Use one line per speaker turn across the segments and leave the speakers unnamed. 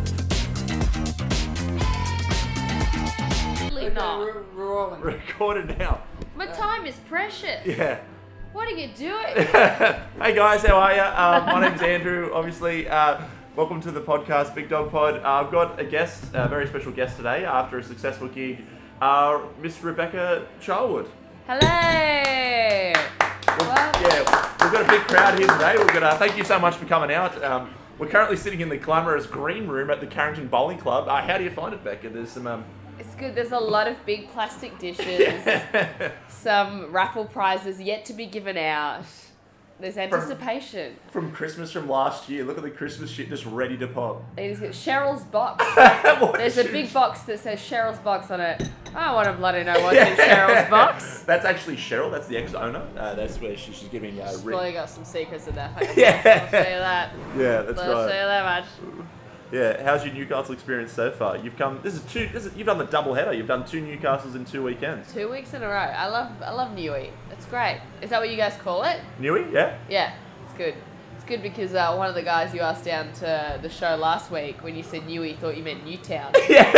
uh, Yeah.
What are you doing?
hey guys, how are you? Uh, my name's Andrew. Obviously, uh, welcome to the podcast, Big Dog Pod. Uh, I've got a guest, a very special guest today. After a successful gig, uh, Miss Rebecca Charwood.
Hello.
Well,
Wow.
yeah, we've got a big crowd here today. We've got. Uh, thank you so much for coming out. Um, we're currently sitting in the glamorous green room at the Carrington Bowling Club. Uh, how do you find it, Becca? There's some. Um,
It's good. There's a lot of big plastic dishes.
yeah.
Some raffle prizes yet to be given out. There's anticipation.
from Christmas from last year. Look at the Christmas shit just ready to pop.
It is- Cheryl's box.
What
There's a
should-
big box that says Cheryl's box on it. I want to bloody know what's in Cheryl's box.
That's actually Cheryl. That's the ex-owner. Uh, that's where she, she's giving uh,
She's
Rick.
probably got some secrets in there. I'll show you
Yeah.
that.
Yeah, that's
I'll show
right.
you that much.
Yeah, how's your Newcastle experience so far? You've come. This is two. This is, you've done the double header. You've done two Newcastles in two weekends.
Two weeks in a row. I love I love Newey. It's great. Is that what you guys call it?
Newey, yeah.
Yeah, it's good. It's good because uh, one of the guys you asked down to the show last week when you said Newey thought you meant Newtown.
yeah.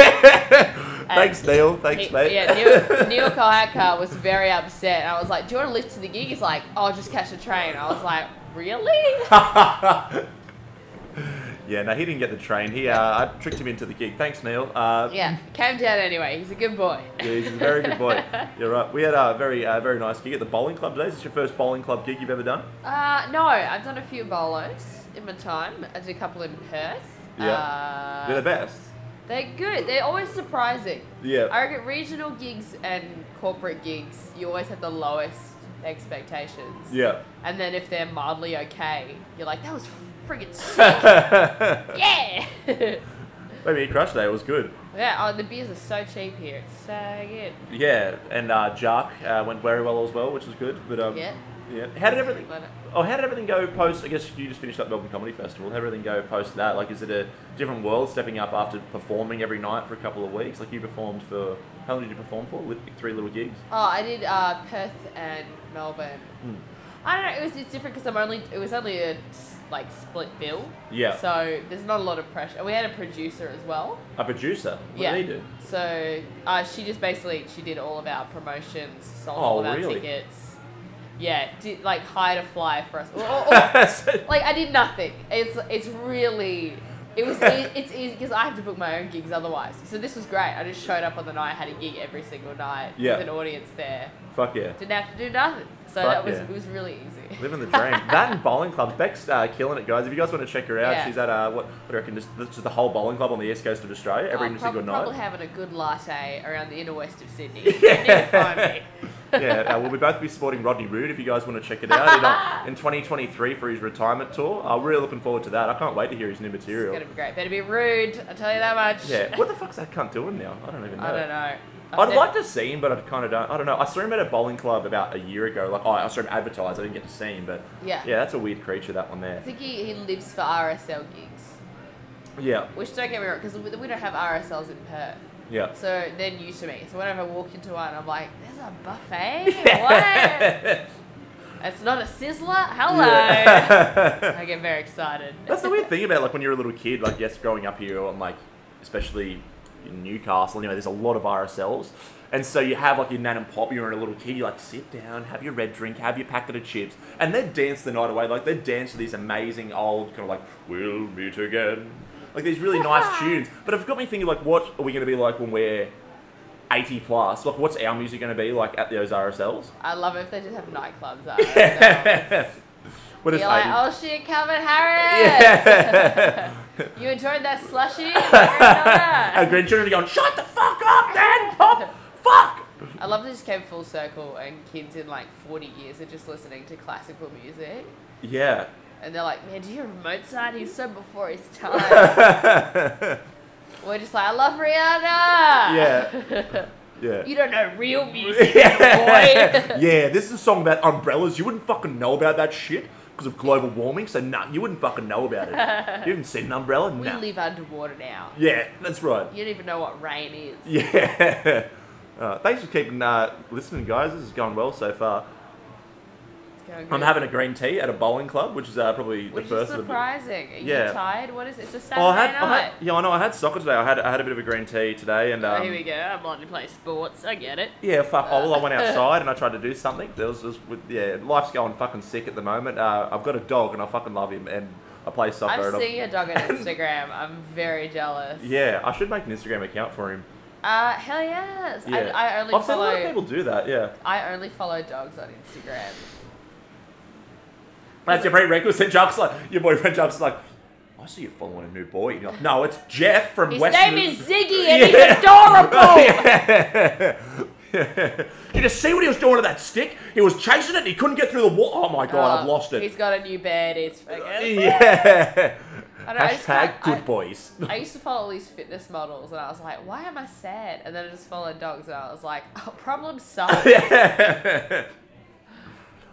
Thanks, Neil. Thanks,
He-
mate.
Uh, Yeah, Neil, Neil Kayaka was very upset. I was like, "Do you want to lift to the gig?" He's like, "Oh, "I'll just catch the train." I was like, "Really?"
yeah. No, he didn't get the train. He, uh, I tricked him into the gig. Thanks, Neil. Uh,
Yeah, came down anyway. He's a good boy.
Yeah, he's a very good boy. You're right. We had a very, uh, very nice gig at the bowling club today. Is this your first bowling club gig you've ever done?
Uh, no, I've done a few bolos in my time. I did a couple in Perth.
Yeah.
Uh,
They're the best.
They're good. They're always surprising.
Yeah.
I reckon regional gigs and corporate gigs, you always have the lowest expectations.
Yeah.
And then if they're mildly okay, you're like, that was friggin' sick.
Maybe
yeah.
he crushed that. It was good.
yeah. Oh, the beers are so cheap here. It's so good.
Yeah, and uh, Jark uh, went very well as well, which was good. But um,
Yeah.
yeah. How did everything?
Love it.
Oh, how did everything go post? I guess you just finished up Melbourne Comedy Festival. How did everything go post that? Like, is it a different world stepping up after performing every night for a couple of weeks? Like, you performed for how long did you perform for? With three little gigs.
Oh, I did uh, Perth and Melbourne.
Hmm.
I don't know. It was it's different because I'm only it was only a s- like split bill.
Yeah.
So there's not a lot of pressure. We had a producer as well.
A producer. What
yeah.
did he do?
So uh, she just basically she did all of our promotions, sold all
Oh,
of our
really?
tickets. Yeah, did like hired a fly for us. Or- or- or- like I did nothing. It's it's really it was it, it's easy because I have to book my own gigs otherwise. So this was great. I just showed up on the night, had a gig every single night
Yeah.
with an audience there.
Fuck yeah.
Didn't have to do nothing. So
Fuck
that was
yeah.
it was really easy.
Living the dream. that and bowling clubs. Beck's uh, killing it, guys. If you guys want to check her out,
Yeah.
she's at uh, what, what do you reckon? Just, this is the whole bowling club on the east coast of Australia every
Oh,
single
prob-
night.
Probably having a good latte around the inner west of Sydney.
Yeah.
You need to find me.
yeah, uh, we'll be both be supporting Rodney Roode if you guys want to check it out in, uh, in 2023 for his retirement tour. I'm really looking forward to that. I can't wait to hear his new
It's
material.
gonna be great. Better be rude. I tell you that much.
Yeah, what the fuck's that cunt doing now? I don't even know.
I don't know.
I'd like to see him, but I kind of don't. I don't know. I saw him at a bowling club about a year ago. Like, oh, I saw him advertised. I didn't get to see him, but
Yeah.
yeah, that's a weird creature that one
I
there.
think he, he lives for RSL gigs,
Yeah,
which don't get me wrong, because we, we don't have RSLs in Perth,
yeah.
so they're new to me. So whenever I walk into one, I'm like, "There's a buffet? what? It's not a sizzler? Hello!"
Yeah.
I get very excited.
That's the weird thing about like when you're a little kid, like yes, growing up here and like especially in Newcastle, anyway, there's a lot of RSLs. And so you have like your nan and pop, you're a little kid, you like sit down, have your red drink, have your packet of chips, and they dance the night away. Like they dance to these amazing old kind of like we'll meet again. Like these really nice tunes. But it's got me thinking like what are we gonna be like when we're 80 plus? Like what's our music gonna be like at those RSLs?
I love it if they just have nightclubs. RSLs.
What is
You're like,
80?
"Oh shit, Calvin Harris!
Yeah.
You enjoyed that slushy?"
Our grandchildren are going, shut the fuck up, Dad! Pop! Fuck!
I love that it just came full circle and kids in like 40 years are just listening to classical music.
Yeah.
And they're like, man, do you hear Mozart? He's so before his time. We're just like, I love Rihanna. Yeah.
yeah.
you don't know real music, boy.
yeah, this is a song about umbrellas. You wouldn't fucking know about that shit because of global warming, so nah, you wouldn't fucking know about it. You haven't seen an umbrella?
we
Nah.
live underwater now.
Yeah, that's right.
You don't even know what rain is.
Yeah. Uh, thanks for keeping uh, listening, guys. This has gone well so far.
It's going
I'm
good.
having a green tea at a bowling club, which is uh, probably
Which
the
is
first of the.
surprising. Are you
Yeah.
tired? What is it? It's a Saturday
Oh, I had, I
night.
had, yeah, I know. I had soccer today. I had, I had a bit of a green tea today, and um,
oh, here we go. I'm on to play sports. I get it.
Yeah, fuck. Oh, well, I went outside and I tried to do something. There was just, with, yeah, life's going fucking sick at the moment. Uh, I've got a dog and I fucking love him and I play soccer.
I've
and I'm-
seen your dog on Instagram. I'm very jealous.
yeah, I should make an Instagram account for him.
Uh, hell yes.
Yeah,
I, I only
have seen a lot of
follow.
people do that. Yeah,
I only follow dogs on Instagram.
that's your prerequisite. Jack's like your boyfriend. Jack's like, I see you following a new boy. And you're like, no, it's Jeff from
His
West.
name
Mid-
is Ziggy, and
Yeah.
he's adorable.
yeah. Did you see what he was doing to that stick? He was chasing it and he couldn't get through the wall. Oh my god, I've
Uh,
lost it.
He's got a new bed. It's fucking.
yeah.
I don't know, I just
Hashtag
can't-
good
I-
boys.
I used to follow all these fitness models, and I was like, why am I sad? And then I just followed dogs, and I was like, oh, problem solved.
yeah.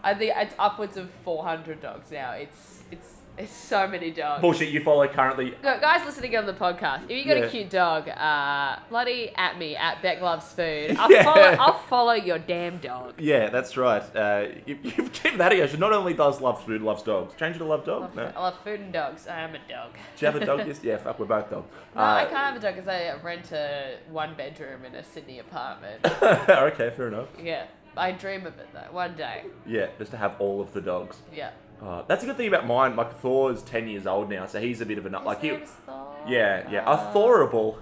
I think it's upwards of 400 dogs now. It's it's it's so many dogs.
Bullshit, you follow currently.
Look, guys listening on the podcast, if you got
Yeah.
a cute dog, uh, bloody at me at Beck Loves Food. I'll
Yeah.
follow. I'll follow your damn dog.
Yeah, that's right. Uh, you, you've given that a go. She not only does love food, loves dogs. Change it to love dog?
Love-
No.
I love food and dogs. I am a dog.
Do you have a dog? Yes. Yeah, fuck, we're both dogs.
No, I can't have a dog because I rent a one bedroom in a Sydney apartment.
can't. Uh, okay, fair enough.
yeah, I dream of it though. One day.
Yeah, just to have all of the dogs.
Yeah.
Uh, that's a good thing about mine. Like, Thor's 10 years old now, so he's a bit of a nut.
His
Like, he.
name's Thor.
Yeah, yeah.
Uh,
A Thorable.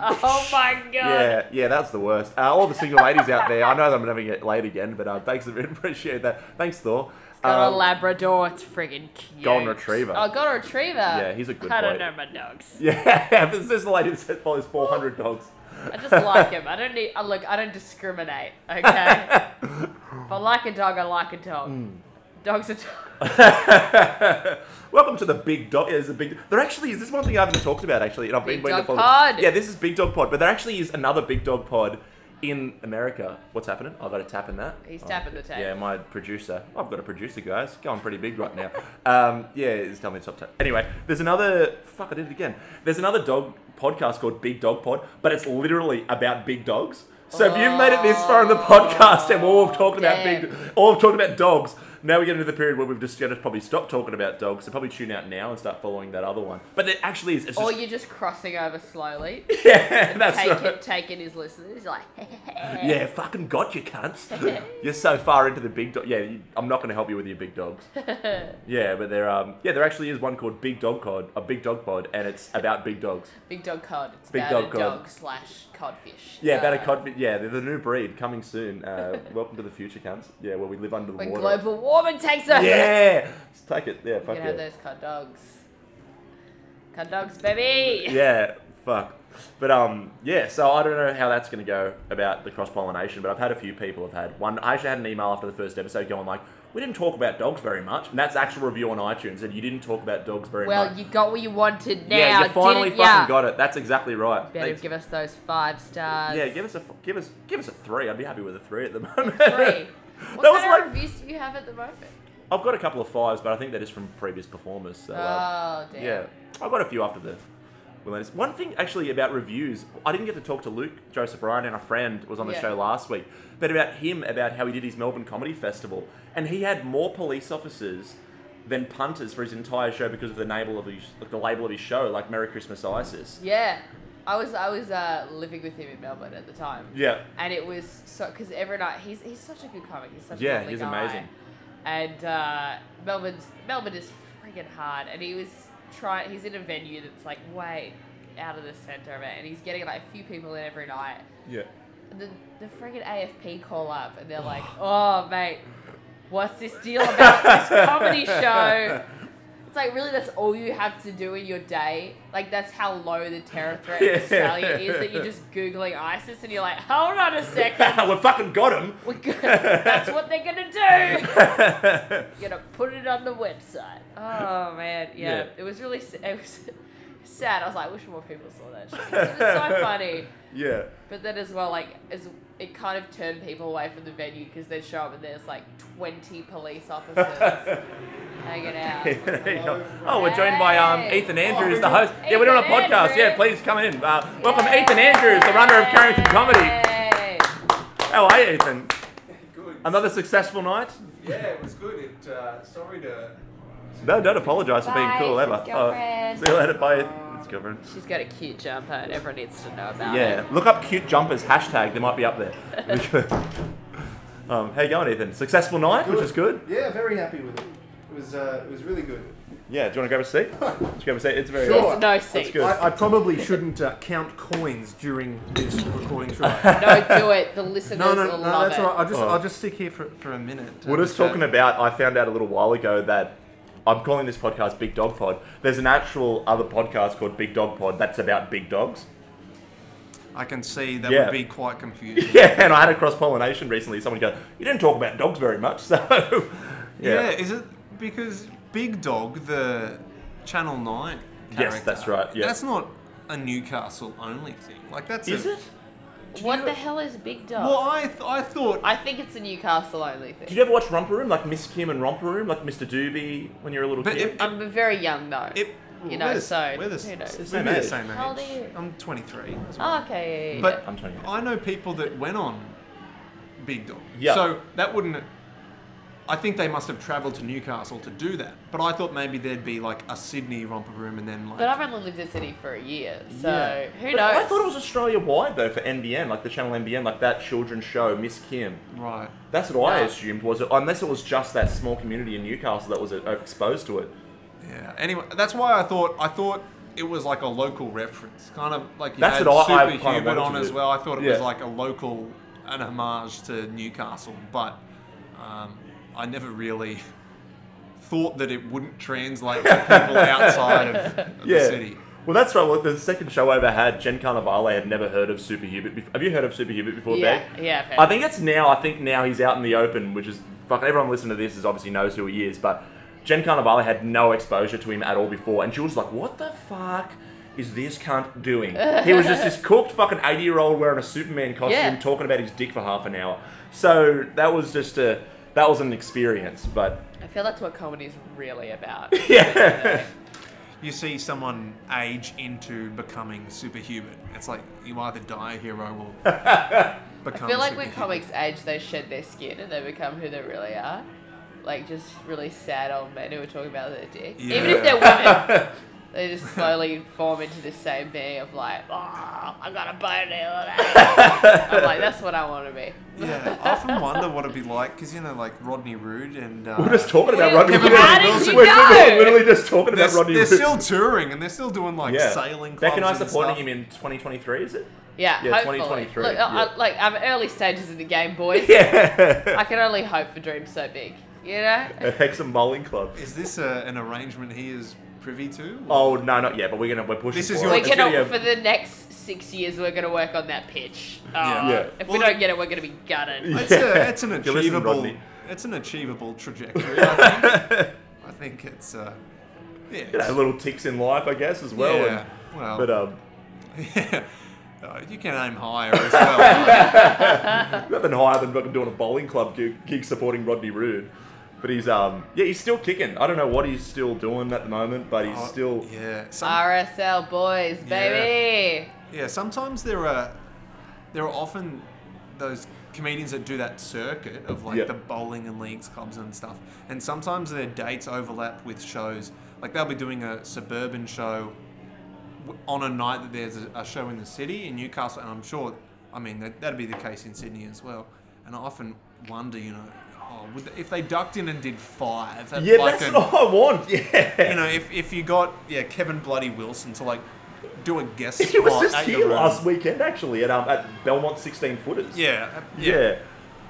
Oh my god.
Yeah, yeah, that's the worst. Uh, all the single ladies out there, I know that I'm having it late again, but uh, thanks, I appreciate that. Thanks, Thor.
Got
Um,
a Labrador. It's friggin' cute.
Golden Retriever.
Oh, Golden Retriever. Yeah,
he's a good
I don't
boy.
know my dogs.
Yeah, but this is the lady that said follows 400 dogs.
I just like him. I don't need. I look, I don't discriminate. Okay. if I like a dog, I like a dog.
Hmm.
Dogs are. dogs.
Welcome to the big dog. Yeah, there's a big. There actually is. This is one thing I haven't talked about actually, and I've
Big
been waiting to
Dog
follow.
Pod.
Yeah, this is big dog pod, but there actually is another big dog pod in America. What's happening? I've got to tap in that.
He's
Oh,
tapping the tape.
Yeah, my producer. I've got a producer, guys. Going pretty big right now. um, yeah, he's telling me to stop tap. Anyway, there's another. Fuck, I did it again. There's another dog podcast called Big Dog Pod, but it's literally about big dogs. So if you've made it this far in the podcast and all we've talked about
Damn.
big, all we've talked about dogs, now we get into the period where we've just got to probably stop talking about dogs. So probably tune out now and start following that other one. But it actually is. It's
Or
just,
you're just crossing over slowly,
yeah, that's
taking
right.
taking his listeners. Like,
Yeah, fucking got you, cunts. You're so far into the big dog. Yeah, you, I'm not going to help you with your big dogs. yeah, but there, um, yeah, there actually is one called Big Dog Cod, a Big Dog Pod, and it's about big dogs.
big dog cod. It's
Big
about
dog
a
cod.
dog slash codfish.
Yeah, about a
Uh,
cod. Yeah, they're the new breed coming soon. Uh, welcome to the future, cunts. Yeah, where we live under the
When
water.
global warming takes over.
Yeah, Just take it. Yeah,
You
fuck
can have
yeah.
those cod dogs. Cod dogs, baby.
Yeah, fuck. But um, yeah. So I don't know how that's gonna go about the cross pollination, but I've had a few people have had one. I actually had an email after the first episode going like, "We didn't talk about dogs very much," and that's actual review on iTunes. And you didn't talk about dogs very
Well,
much.
you got what you wanted now.
yeah, you finally
didn't
fucking
ya?
got it. That's exactly right.
Better
Thanks.
give us those five stars.
yeah, give us a f- give us give us a three. I'd be happy with a three at the moment.
three. What
That was
kind of
like-
reviews do you have at the moment?
I've got a couple of fives, but I think that is from previous performers. So, uh,
Oh damn.
Yeah, I got a few after the. Williams. One thing actually about reviews, I didn't get to talk to Luke Joseph Ryan and our friend was on the
Yeah.
show last week, but about him about how he did his Melbourne Comedy Festival, and he had more police officers than punters for his entire show because of the label of his the label of his show, like Merry Christmas ISIS.
Yeah. I was I was uh, living with him in Melbourne at the time.
Yeah,
And it was so because every night he's he's such a good comic. He's such a
Yeah,
lovely
he's
guy.
amazing.
And uh, Melbourne's Melbourne is freaking hard. And he was trying. He's in a venue that's like way out of the center of it, and he's getting like a few people in every night.
yeah.
the, the friggin' AFP call up and they're like, oh, mate, what's this deal about this comedy show? It's like, really, that's all you have to do in your day? Like, that's how low the terror threat
Yeah.
in Australia is that you're just Googling ISIS and you're like, hold on a second.
we fucking got him.
We're go- that's what they're gonna do. You're gonna put it on the website. Oh man, yeah.
Yeah.
It was really, s- it was sad. I was like, I wish more people saw that. Shit. It was so funny.
yeah.
But then as well, like, as it kind of turned people away from the venue because they'd show up and there's like 20 police officers hanging out.
oh, we're joined by um, Ethan Andrews, the host. Yeah, we're doing a
Oh, Ethan
podcast. Yeah,
Andrews.
please come in. Uh, welcome, Ethan Andrews, the runner of Carrington Comedy.
Yay.
How are you, Ethan?
Good.
Another successful night?
Yeah, it was good. It. Uh, sorry to.
No, don't apologise for being
Bye,
cool ever.
it's
Oh,
girlfriend.
see you later. Bye. It's girlfriend.
She's got a cute jumper and everyone needs to know about
Yeah,
it.
look up cute jumpers hashtag. They might be up there. um, how you going, Ethan? Successful night, which is good.
Yeah, very happy with it. It was. Uh, it was really good.
Yeah, do you want to grab a seat? Let's grab a seat. It's very.
Sure.
There's no seats.
good.
I, I probably shouldn't uh, count coins during this recording, should I?
No, do it. The listeners
no, no,
will
no.
love
That's
it.
all right. I'll just.
Oh.
I'll just stick here for, for a minute. uh,
We're just talking about. I found out a little while ago that I'm calling this podcast Big Dog Pod. There's an actual other podcast called Big Dog Pod that's about big dogs.
I can see that
Yeah.
would be quite confusing.
Yeah, and I had a cross pollination recently. Someone goes, "You didn't talk about dogs very much," so
Yeah. is it because Big Dog, the Channel Nine? Character,
Yes, that's right, yeah.
that's not a Newcastle only thing. Like that's
Is
a,
it?
What the hell is Big Dog?
Well, I th- I thought
I think it's a Newcastle only thing.
Did you ever watch Romper Room, like Miss Kim and Romper Room, like Mr. Doobie when you were a little
But
kid?
it-
I'm very young though.
it.
You know,
we're the-
so,
we're the,
who knows?
we're
Same
the
age.
same age.
How old are you?
I'm 23. as well.
Oh, okay. yeah, yeah,
But
yeah.
I'm 28.
I know people that went on Big Dog.
Yeah.
So that wouldn't. I think they must have travelled to Newcastle to do that. But I thought maybe there'd be like a Sydney romper room and then like.
but I've only lived in Sydney for a year, so
Yeah.
who
But
knows?
I thought it was Australia wide though for NBN, like the channel NBN, like that children's show, Miss Kim.
right.
That's what I
No.
assumed was it, unless it was just that small community in Newcastle that was uh, exposed to it.
Yeah. Anyway, that's why I thought I thought it was like a local reference, kind of like you
That's
had
what I- I kinda
Superhuman
wanted
on
to
as
do.
well. I thought it was
Yeah.
like a local, an homage to Newcastle, but um, I never really thought that it wouldn't translate to people outside of, of the city.
Well, that's right. Well, the second show I ever had, Jen Carnivale had never heard of Super Hubert. bef- Have you heard of Super Hubert before,
yeah,
Beck?
yeah. fair.
I think it's now. I think now he's out in the open, which is fucking everyone listening to this is obviously knows who he is. But Jen Carnivale had no exposure to him at all before, and she was like, "What the fuck is this cunt doing?" he was just this cooked fucking eighty-year-old wearing a Superman costume,
Yeah.
talking about his dick for half an hour. So that was just a that was an experience, but
I feel that's what comedy is really about.
yeah,
You see someone age into becoming superhuman. It's like you either die a hero or become.
I feel like when
superhuman.
comics age, they shed their skin and they become who they really are. Like just really sad old men who are talking about their dick. Even if they're women, they just slowly form into the same being of like, oh, I got a bone nail. I'm like, that's what I want to be.
Yeah, I often wonder what it'd be like because you know, like Rodney Rood and uh,
we're just talking about
Yeah,
Rodney.
how
Hood.
did you
We're
know?
literally, literally just talking
they're,
about Rodney.
they're
Hood.
still touring and they're still doing like sailing clubs.
Beck and I
and
supporting
stuff.
him in 2023. Is it?
Yeah,
Yeah,
hopefully.
2023,
Look,
yeah.
I, I, like I'm early stages in the game, boys.
Yeah.
I can only hope for dreams so big. You know.
A Hexham Bowling Club.
Is this a, an arrangement he is privy to?
Oh no, not yet. But we're gonna we're pushing.
This is
for
your-
it.
We're
It's
gonna
gonna
video-
for the next six years. We're gonna work on that pitch. Uh,
Yeah.
Yeah.
If we
Well,
don't get it, we're gonna be gutted.
it's,
Yeah.
a, it's an
If you listen,
achievable,
Rodney.
it's an achievable trajectory. I think, I think it's uh, yeah,
you know,
it's-
little ticks in life, I guess, as well.
yeah,
and-
well,
but um,
yeah. Uh, you can aim higher as well.
nothing higher than fucking doing a bowling club gig, gig supporting Rodney Rood. But he's um, yeah, he's still kicking. I don't know what he's still doing at the moment, but he's
Oh,
still.
yeah. Some,
RSL boys, baby.
Yeah, sometimes there are there are often those comedians that do that circuit of like
Yeah.
the bowling and leagues clubs and stuff. And sometimes their dates overlap with shows. Like they'll be doing a suburban show w- on a night that there's a, a show in the city in Newcastle, and I'm sure, I mean, that, that'd be the case in Sydney as well. And I often wonder, you know, oh, would they, if they ducked in and did five, at
Yeah,
like
that's
an-
what I want. Yeah.
you know, if, if you got yeah Kevin Bloody Wilson to like do a guest
he was
spot
just
at your
here
room.
last weekend actually at um, at Belmont 16 footers.
Yeah,
Yeah.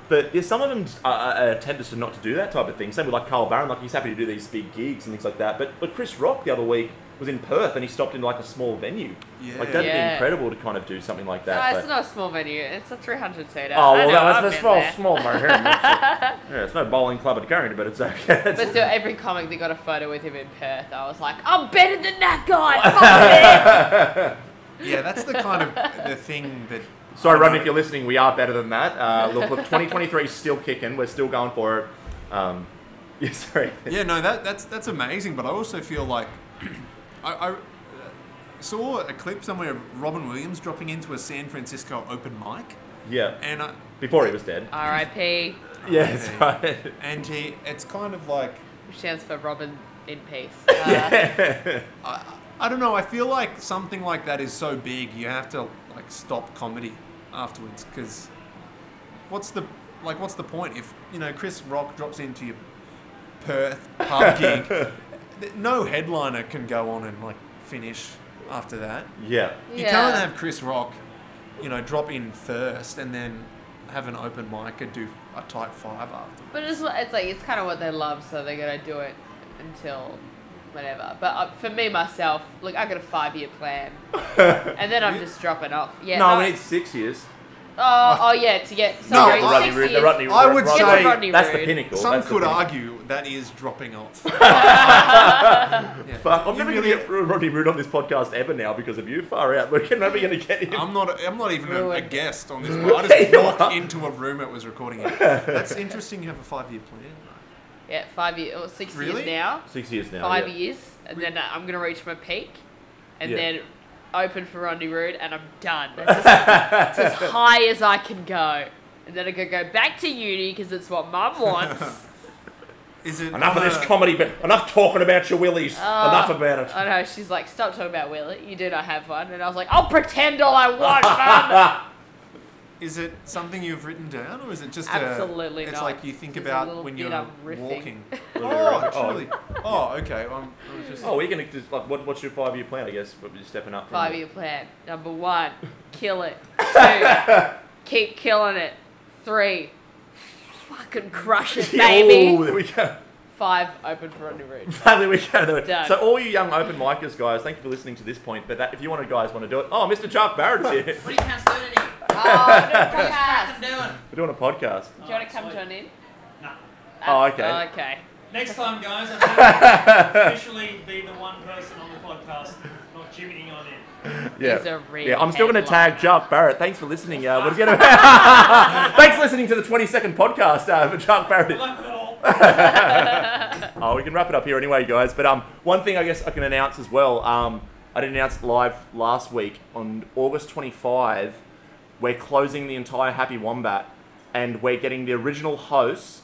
But yeah, some of them uh, uh, tend just to not to do that type of thing. Same with like Carl Barron, like he's happy to do these big gigs and things like that. But but Chris Rock the other week was in Perth and he stopped in like a small venue. Like that'd
Yeah.
be incredible to kind of do something like
No,
that.
it's
but-
not a small venue. It's a 300 seater.
oh
I
well,
know, I've
that was that's
been
small,
there.
small my hair. yeah, it's no bowling club at Carrington, but it's okay. It's-
But still, every comic that got a photo with him in Perth, I was like, I'm better than that guy. Fuck
yeah, that's the kind of the thing that.
Sorry, Rodney, if you're listening, we are better than that. Uh, look, look, 2023 is still kicking. We're still going for it. Um, yeah, sorry.
Yeah, no, that that's that's amazing. But I also feel like I, I uh, saw a clip somewhere of Robin Williams dropping into a San Francisco open mic,
Yeah.
and I,
Before he was dead.
R.I.P.
Yeah, that's right.
And he, it's kind of like
Which stands for Robin in peace. Uh,
yeah.
I, I don't know. I feel like something like that is so big, you have to like stop comedy afterwards because what's the like what's the point if you know Chris Rock drops into your Perth pub gig? th- No headliner can go on and like finish after that.
Yeah.
You can't have Chris Rock, you know, drop in first and then have an open mic and do a type five after.
But it's, what- it's like it's kind of what they love, so they're gonna do it until whenever. But uh, for me myself, look, I got a five year plan, and then I'm just dropping off. Yeah.
no, we need six years.
oh, oh yeah, to get
No,
sorry,
the
I-
Rodney
six
Roode. The
years.
Rodney
I
Roode-
would
Rodney-
say-
Rodney
that's the
Roode.
pinnacle.
Some
that's the
could
pinnacle.
argue that is dropping off. Yeah.
Fuck, I'm
You
never
really-
going to get Rodney Roode on this podcast ever now because of you. Far out. We're never going to get him.
I'm not. I'm not even a, a
Ruined.
guest on this. One. I just
You are.
walked into a room it was recording in. That's interesting. You have a five-year plan.
Yeah, five years or six
Really?
years now.
Six years now.
Five
yeah.
years, and then uh, I'm gonna reach my peak, and
Yeah.
then open for Rodney Roode, and I'm done. It's as, it's as high as I can go, and then I can go back to uni because it's what Mum wants.
Is it
Enough of
on
this
a-
comedy, but enough talking about your willies.
Uh,
enough about it.
I know. She's like, stop talking about Willie. You do not have one. And I was like, I'll pretend all I want, Mum.
Is it something you've written down, or is it just a-
Absolutely
It's
not.
like you think
Just a
about
little
when
bit
you're
I'm riffing.
walking.
Little bit of
oh,
riff. Oh.
truly. Oh, okay. well, I'm, I was just.
Oh, we're going to just like what, what's your five year plan? I guess but we're stepping up. From
Five year plan. Number one, kill it. Two, keep killing it. Three, fucking crush it,
Oh,
baby.
there we go.
Five, open for Rodney Roode.
there we go. There we-
Done.
So all you young open micers, guys, thank you for listening to this point. But that, if you want to, guys, want to do it. Oh, Mr. Chuck Barrett's here.
What are you cunts doing in here?
Oh, no
What
podcast.
you doing?
We're doing a podcast.
Do you want to come join in?
Nah.
Oh,
That's-
okay.
Oh, okay.
Next time, guys, I'm gonna officially be the one person on the podcast not jimmying on it.
Yeah.
He's a real
yeah, I'm still going to
headliner.
tag Chuck Barrett. Thanks for listening. Uh, we're gonna... Thanks for listening to the 22nd podcast uh, for Chuck Barrett.
Love it all.
Oh, we can wrap it up here anyway, guys. But um, one thing I guess I can announce as well. Um, I didn't announce it live last week on August 25. We're closing the entire Happy Wombat, and we're getting the original hosts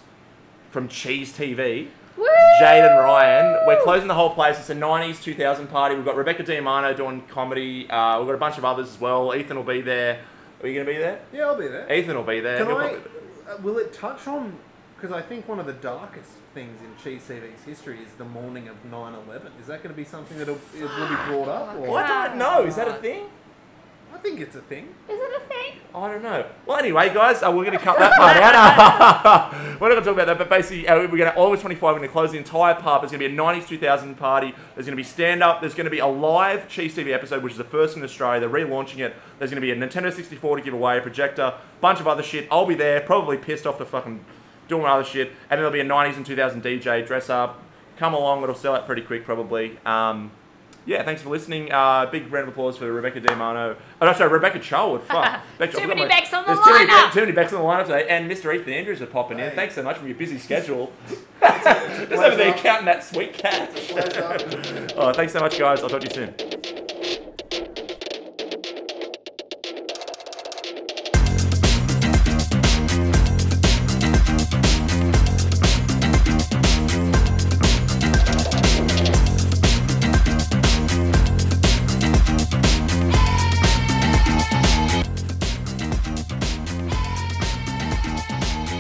from Cheese TV,
Woo!
Jade and Ryan. We're closing the whole place. It's a 90s, 2000 party. We've got Rebecca Diamano doing comedy. Uh, we've got a bunch of others as well. Ethan will be there. Are you going to be there?
Yeah, I'll be there.
Ethan will be there.
Can
He'll
I?
probably-
uh, Will it touch on? Because I think one of the darkest things in Cheese TV's history is the morning of 9/11. Is that going to be something that will be brought up? Or?
I don't know. Is that a thing?
I think it's a thing.
Is it a thing?
I don't know. Well, anyway, guys, uh, we're going to cut that part out. we're not going to talk about that, but basically, uh, we're going to August 25. We're going to close the entire pub. There's going to be a 90s 2000 party. There's going to be stand up. There's going to be a live Cheese TV episode, which is the first in Australia. They're relaunching it. There's going to be a Nintendo 64 to give away, a projector, bunch of other shit. I'll be there, probably pissed off the fucking doing my other shit. And then there'll be a 90s and 2000 DJ dress up. Come along, it'll sell out pretty quick, probably. Um, yeah, thanks for listening. Uh, big round of applause for Rebecca DiMano. Oh, no, sorry, Rebecca Charwood. Fuck. Bec-
Too
I've got
many
my-
Becs on the
There's too many,
lineup.
too many Becs on the lineup today. And Mr. Ethan Andrews are popping in.
Hey.
Thanks so much for your busy schedule. Just over there counting that sweet cash.
Pleasure.
Oh, thanks so much, guys. I'll talk to you soon.